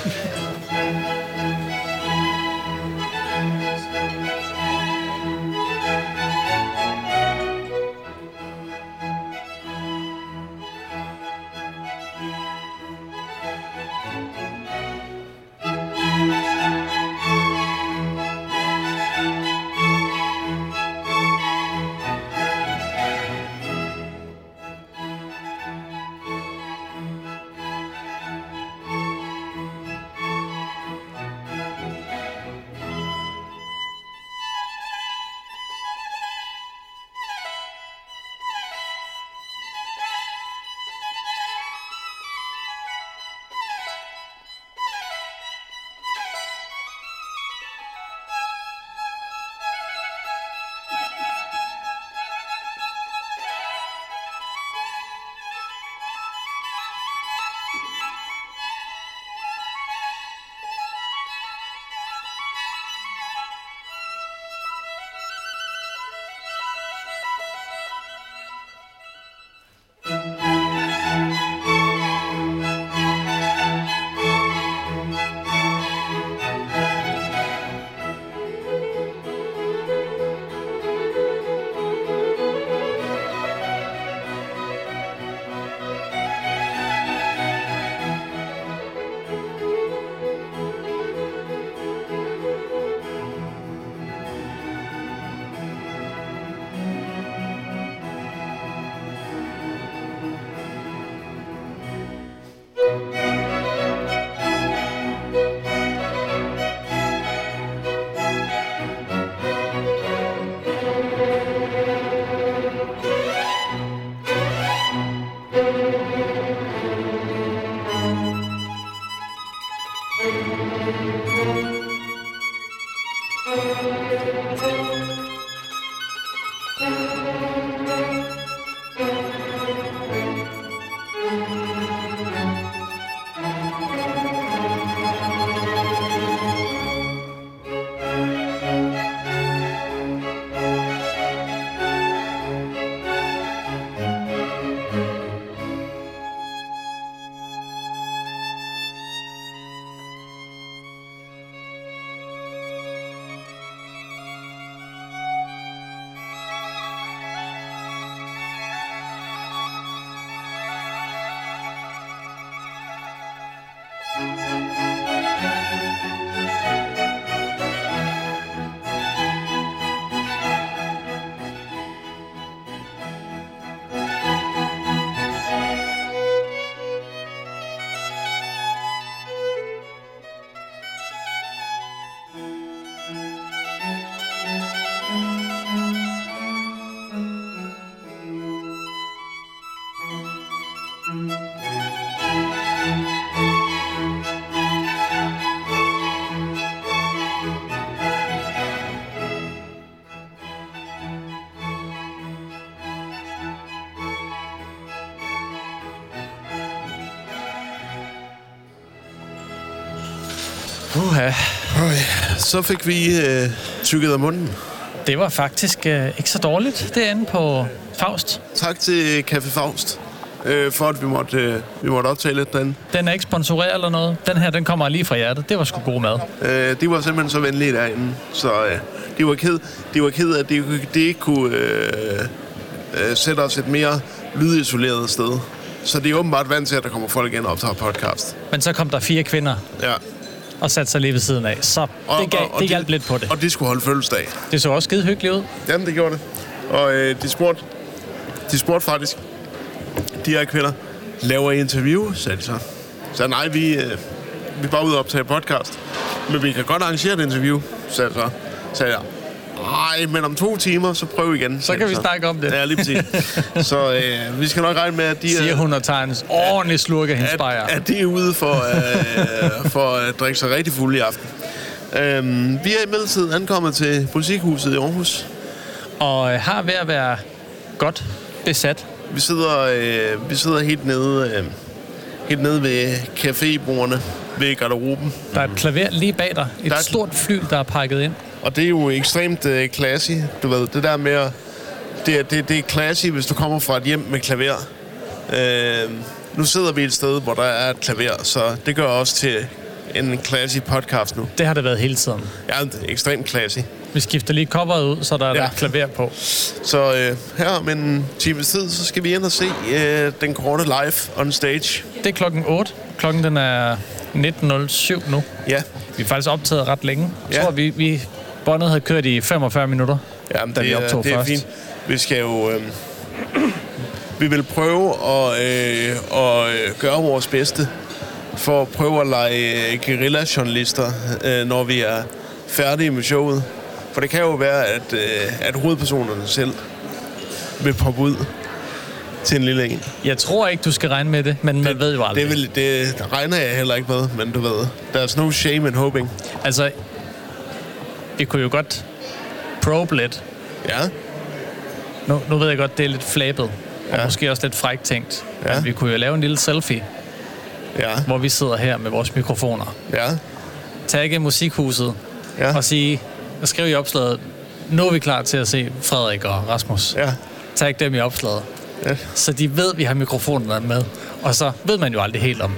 Uha. Okay. Så fik vi øh, tykket af munden. Det var faktisk øh, ikke så dårligt derinde på Faust. Tak til Café Faust, øh, for at vi måtte, øh, vi måtte optage lidt derinde. Den er ikke sponsoreret eller noget. Den her, den kommer lige fra hjertet. Det var sgu god mad. Øh, de var simpelthen så venlige derinde, så øh, de, var ked, de var ked af, at de, de ikke kunne øh, øh, sætte os et mere lydisoleret sted. Så det er åbenbart vant til, at der kommer folk ind og optager podcast. Men så kom der fire kvinder Ja. og satte sig lige ved siden af. Så Og, det, gav, det hjalp de, lidt på det. Og de skulle holde fødselsdag. Det så også skide hyggeligt ud. Jamen, det gjorde det. Og øh, de, spurgte, de spurgte faktisk, de her kvinder, laver I interview, sagde de så. Så nej, vi, øh, vi er bare ude og optage podcast. Men vi kan godt arrangere et interview, sagde jeg så. Sagde jeg, nej, men om to timer, så prøv igen. sagde kan de vi snakke om det. Ja, lige præcis. så øh, vi skal nok regne med, at de, Siger øh, hun og tager en ordentlig slurk af hendes bajer. at, at de er ude for, øh, for at drikke sig rigtig fuld i aften. Øhm, vi er imidlertid ankommet til musikhuset i Aarhus. Og øh, har ved at være godt besat. Vi sidder, øh, vi sidder helt nede, øh, helt nede ved cafébordene ved garderoben. Der er et klaver lige bag dig. Et Mhm. Der er et- stort flyl, der er pakket ind. Og det er jo ekstremt øh, classy, du ved. Det der med at... Det, er- det, det er classy, hvis du kommer fra et hjem med klaver. Øh, nu sidder vi et sted, hvor der er et klaver, så det gør også til en classy podcast nu. Det har det været hele tiden. Ja, det er ekstremt classy. Vi skifter lige coveret ud, så der er Ja. ja. et klaver på. Så øh, her om en times tid, så skal vi ind og se øh, den korte live on stage. Det er klokken 8. Klokken den er 19.07 nu. Ja, Vi er faktisk optaget ret længe. Jeg Ja. tror, vi, vi båndet havde kørt i 45 minutter, Jamen, da vi er- optog det er først. Fint. Vi skal jo... Øh, vi vil prøve at, øh, at øh, gøre vores bedste for at prøve at lege øh, guerilla-journalister, øh, når vi er færdige med showet. For det kan jo være, at, øh, at hovedpersonerne selv vil poppe ud til en lille en. Jeg tror ikke, du skal regne med det, men man ved jo aldrig. Det, vil, det regner jeg heller ikke med, men du ved, there's no shame in hoping. Altså, vi kunne jo godt probe lidt. Ja, Nu, nu ved jeg godt, det er lidt flabet, og Ja. måske også lidt frækt tænkt. Ja. Ja. Men vi kunne jo lave en lille selfie, ja, hvor vi sidder her med vores mikrofoner. ja, Tagge musikhuset ja, og sige, og skrive i opslaget, nu er vi klar til at se Frederik og Rasmus. ja. Tag dem i opslaget. Ja. Så de ved, at vi har mikrofonerne med. Og så ved man jo aldrig helt om,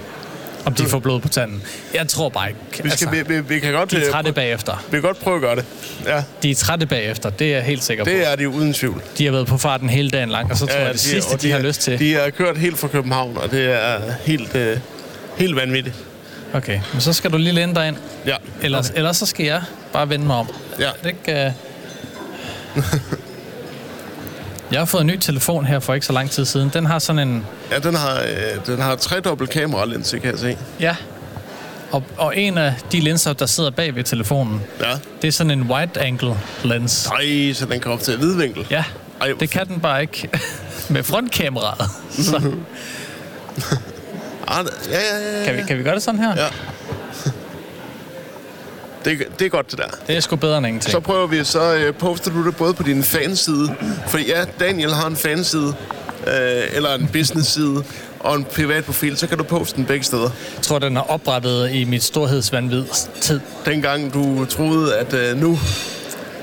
om de får blod på tanden. Jeg tror bare ikke. Vi, skal, vi, vi, vi kan godt, Altså, de er øh, trætte bagefter. vi kan godt prøve at gøre det. Ja. De er trætte bagefter, det er jeg helt sikker på. Det er de uden tvivl. De har været på farten hele dagen lang, og så tror jeg, det sidste, de, og har er- lyst til. De er kørt helt fra København, og det er helt, øh, helt vanvittigt. Okay, men så skal du lige lænde dig ind. Ja. Ellers, ellers så skal jeg bare vende mig om. Ja. Er Det ikke, uh... jeg har fået en ny telefon her for ikke så lang tid siden. Den har sådan en... ja den har, øh, den har tredobbelt kameralinse, kan jeg se. Ja. Og, og en af de linser, der sidder bag ved telefonen, Ja. det er sådan en wide angle lens. Ej, så den kan op til hvidvinkel. Ja, Ej, hvor det kan den bare ikke med frontkameraet. Så Mhm. Ah, ja, ja, ja, ja. kan, vi, kan vi gøre det sådan her? Ja. Det, det er godt, det der. Det er sgu bedre end ingenting. Så prøver vi, så øh, poster du det både på din fanside, for ja, Daniel har en fanside, øh, eller en business-side, og en privat profil, så kan du poste den begge steder. Jeg tror, den er oprettet i mit storhedsvandvid tid. dengang du troede, at øh, nu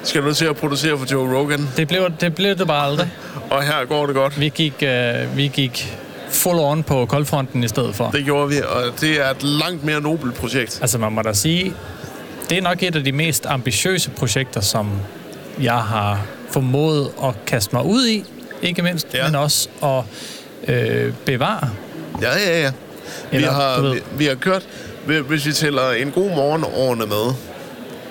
skal du til at producere for Joe Rogan, Det blev det, blev det bare aldrig. og her går det godt. Vi gik, øh, vi gik full on på koldfronten i stedet for. Det gjorde vi, og det er et langt mere nobelt projekt. Altså man må da sige, det er nok et af de mest ambitiøse projekter, som jeg har formået at kaste mig ud i, ikke mindst, Ja. ja. men også at øh, bevare. Ja, ja, ja. Vi Eller, har, du ved. vi, vi har kørt, hvi- hvis vi tæller en god morgen årene med,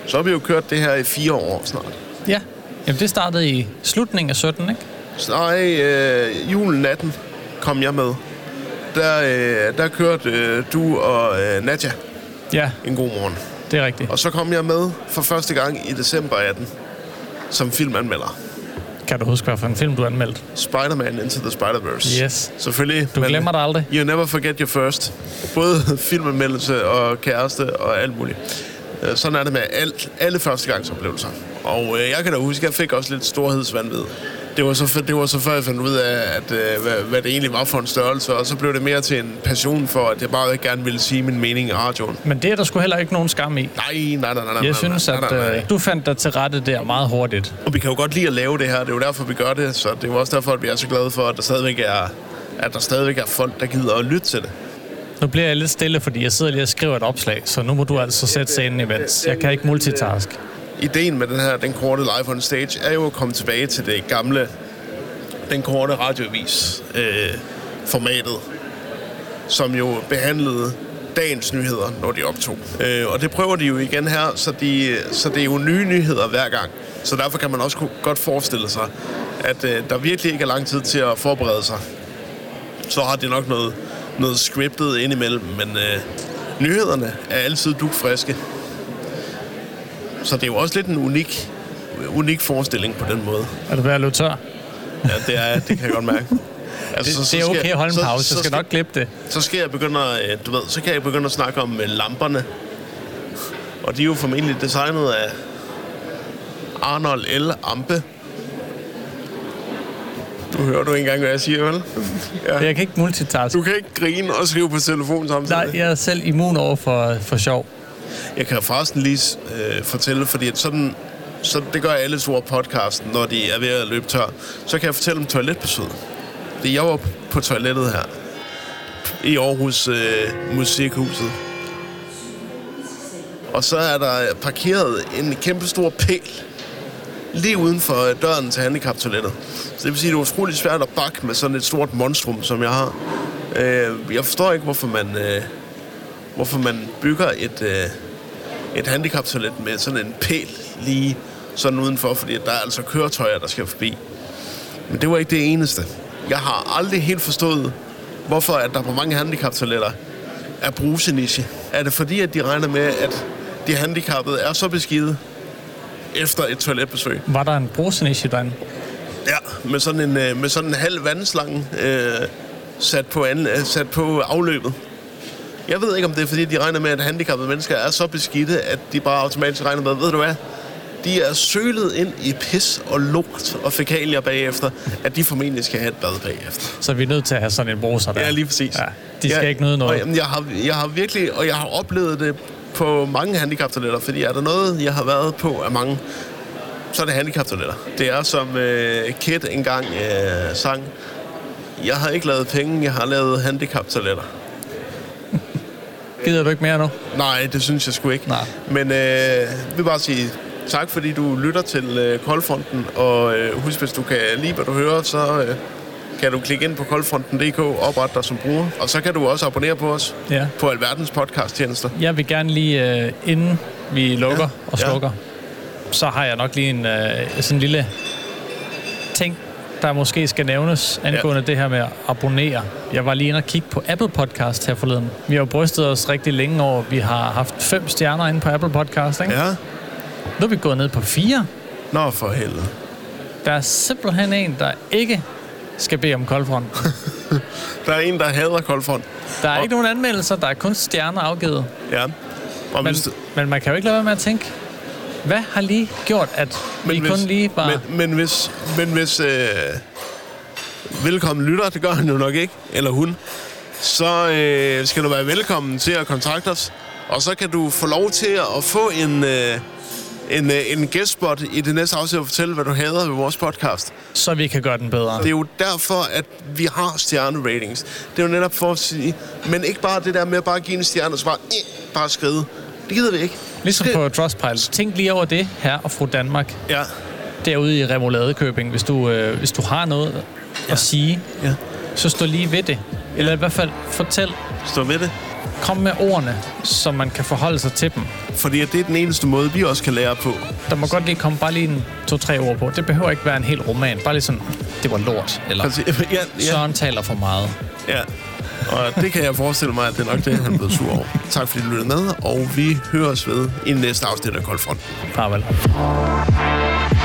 så har vi jo kørt det her i fire år snart. Ja, Jamen, det startede i slutningen af 17, ikke? Så nej, øh, julen 18 kom jeg med. Der, øh, der kørte øh, du og øh, Nadja Ja, en god morgen. det er rigtigt. Og så kom jeg med for første gang i december 18 som filmanmelder. Kan du huske, hvad for en film du anmeldte? Spider-Man Into the Spider-Verse. Yes. Selvfølgelig. Du glemmer det aldrig. You never forget your first. Både filmanmeldelse og kæreste og alt muligt. Øh, Sådan er det med alt, alle førstegangsoplevelser. Og øh, jeg kan da huske, jeg fik også lidt storhedsvandvid. Det var, så, f- det var så før, jeg fandt ud af, at, øh, hvad, hvad det egentlig var for en størrelse, og så blev det mere til en passion for, at jeg bare gerne ville sige min mening i radioen. Men det er der sgu heller ikke nogen skam i. Nej, nej, nej, nej, nej. nej, Jeg synes, nej, at nej, nej. øh, du fandt dig til rette der meget hurtigt. Og vi kan jo godt lide at lave det her, det er jo derfor, vi gør det, så det er jo også derfor, at vi er så glade for, at der stadigvæk er, at der stadigvæk er folk, der gider at lytte til det. Nu bliver jeg lidt stille, fordi jeg sidder lige og skriver et opslag, så nu må du altså sætte scenen imens. Jeg kan ikke multitask. Ideen med den her, den korte live on stage, er jo at komme tilbage til det gamle, den korte radiovis øh, formatet, som jo behandlede dagens nyheder, når de optog. Øh, og det prøver de jo igen her, så, de, så det er jo nye nyheder hver gang. Så derfor kan man også ku- godt forestille sig, at øh, der virkelig ikke er lang tid til at forberede sig. Så har de nok noget, noget scriptet indimellem, men øh, nyhederne er altid dugfriske. Så det er jo også lidt en unik, unik forestilling på den måde. Er du ved at løbe tør? Ja, det, er, det kan jeg godt mærke. Altså, Det, det er okay at holde en pause. Jeg skal skal, nok klippe det. så skal jeg begynde at, øh, du ved, så kan jeg begynde at snakke om øh, lamperne. Og de er jo formentlig designet af Arnold L. Ampe. Du hører du ikke engang, hvad jeg siger, vel? Jeg kan ikke multitask. Du kan ikke grine og skrive på telefon samtidig. Nej, jeg er selv immun over for, for sjov. Jeg kan forresten lige øh, fortælle, fordi at sådan, så det gør alle store podcasten, når de er ved at løbe tør. Så kan jeg fortælle om toiletbesøget. Det jeg var på toilettet her i Aarhus øh, Musikhuset. Og så er der parkeret en kæmpe stor pæl lige uden for øh, døren til handicaptoilettet. Så det vil sige, at det er utroligt svært at bakke med sådan et stort monstrum, som jeg har. Øh, jeg forstår ikke, hvorfor man, øh, hvorfor man bygger et, øh, et handicaptoilet med sådan en pæl lige sådan udenfor, fordi der er altså køretøjer, der skal forbi. Men det var ikke det eneste. Jeg har aldrig helt forstået, hvorfor at der på mange handicaptoiletter er bruseniche. Er det fordi, at de regner med, at de handicappede er så beskidte efter et toiletbesøg? Var der en brusenisje derinde? Ja, med sådan en, øh, med sådan en halv vandslange øh, sat, på an, øh, sat på afløbet. Jeg ved ikke, om det er, fordi de regner med, at handicappede mennesker er så beskidte, at de bare automatisk regner med, ved du hvad, de er sølet ind i pis og lugt og fækalier bagefter, at de formentlig skal have et bad bagefter. Så vi er nødt til at have sådan en bruser der. Ja, lige præcis. Ja, de skal Ja, ikke nyde Og, noget. jamen, jeg, har, jeg har virkelig, og jeg har oplevet det på mange handicaptoiletter, fordi er der noget, jeg har været på af mange, så er det handicaptoiletter. Det er som øh, Kid engang øh, sang, jeg har ikke lavet penge, jeg har lavet handicaptoiletter. Gider du ikke mere nu? Nej, det synes jeg sgu ikke. Nej. Men øh, jeg vil bare sige tak, fordi du lytter til øh, Koldfronten, og øh, husk, hvis du kan lide, hvad du hører, så øh, kan du klikke ind på koldfronten.dk, oprette dig som bruger, og så kan du også abonnere på os Ja. på alverdens podcasttjenester. Jeg vil gerne lige, øh, inden vi lukker Ja, og ja. slukker, så har jeg nok lige en øh, sådan en lille ting, der måske skal nævnes angående ja. det her med at abonnere. Jeg var lige inde og kigge på Apple Podcast her forleden. Vi har jo brystet os rigtig længe over, at vi har haft fem stjerner inde på Apple Podcast. Ikke? Ja. Nu er vi gået ned på fire. Nå, for helvede. Der er simpelthen en, der ikke skal bede om koldfront. Der er en, der hader Koldfront. Der er ikke nogen anmeldelser, der er kun stjerner afgivet. Ja. Og Men, hvis, men man kan jo ikke lade være med at tænke, hvad har lige gjort, at vi men kun lige var... Men, men hvis... Men hvis øh, velkommen lytter, det gør han jo nok ikke, eller hun, så øh, skal du være velkommen til at kontakte os, og så kan du få lov til at få en... Øh, en, øh, en gæstspot i det næste afsnit og fortælle, hvad du hader ved vores podcast. så vi kan gøre den bedre. Det er jo derfor, at vi har stjerneratings. Det er jo netop for at sige, men ikke bare det der med at bare give en stjerne og så bare, "Eh", bare skride. Det gider vi ikke. Ligesom Skri- på Trustpilot. Tænk lige over det, her og fru Danmark, Ja. derude i Remoladekøbing, hvis du, øh, hvis du har noget ja. at sige, ja. så stå lige ved det. Eller i hvert fald fortæl, Stå ved det. kom med ordene, så man kan forholde sig til dem. Fordi at det er den eneste måde, vi også kan lære på. Der må godt lige komme bare lige en to-tre ord på. Det behøver ikke være en hel roman. Bare lige sådan, det var lort, eller Altså, ja, ja, Søren taler for meget. ja. Og det kan jeg forestille mig, at det er nok det, han blev sur over. Tak fordi du lyttede med, og vi høres ved i næste afsnit af Koldfront. Farvel.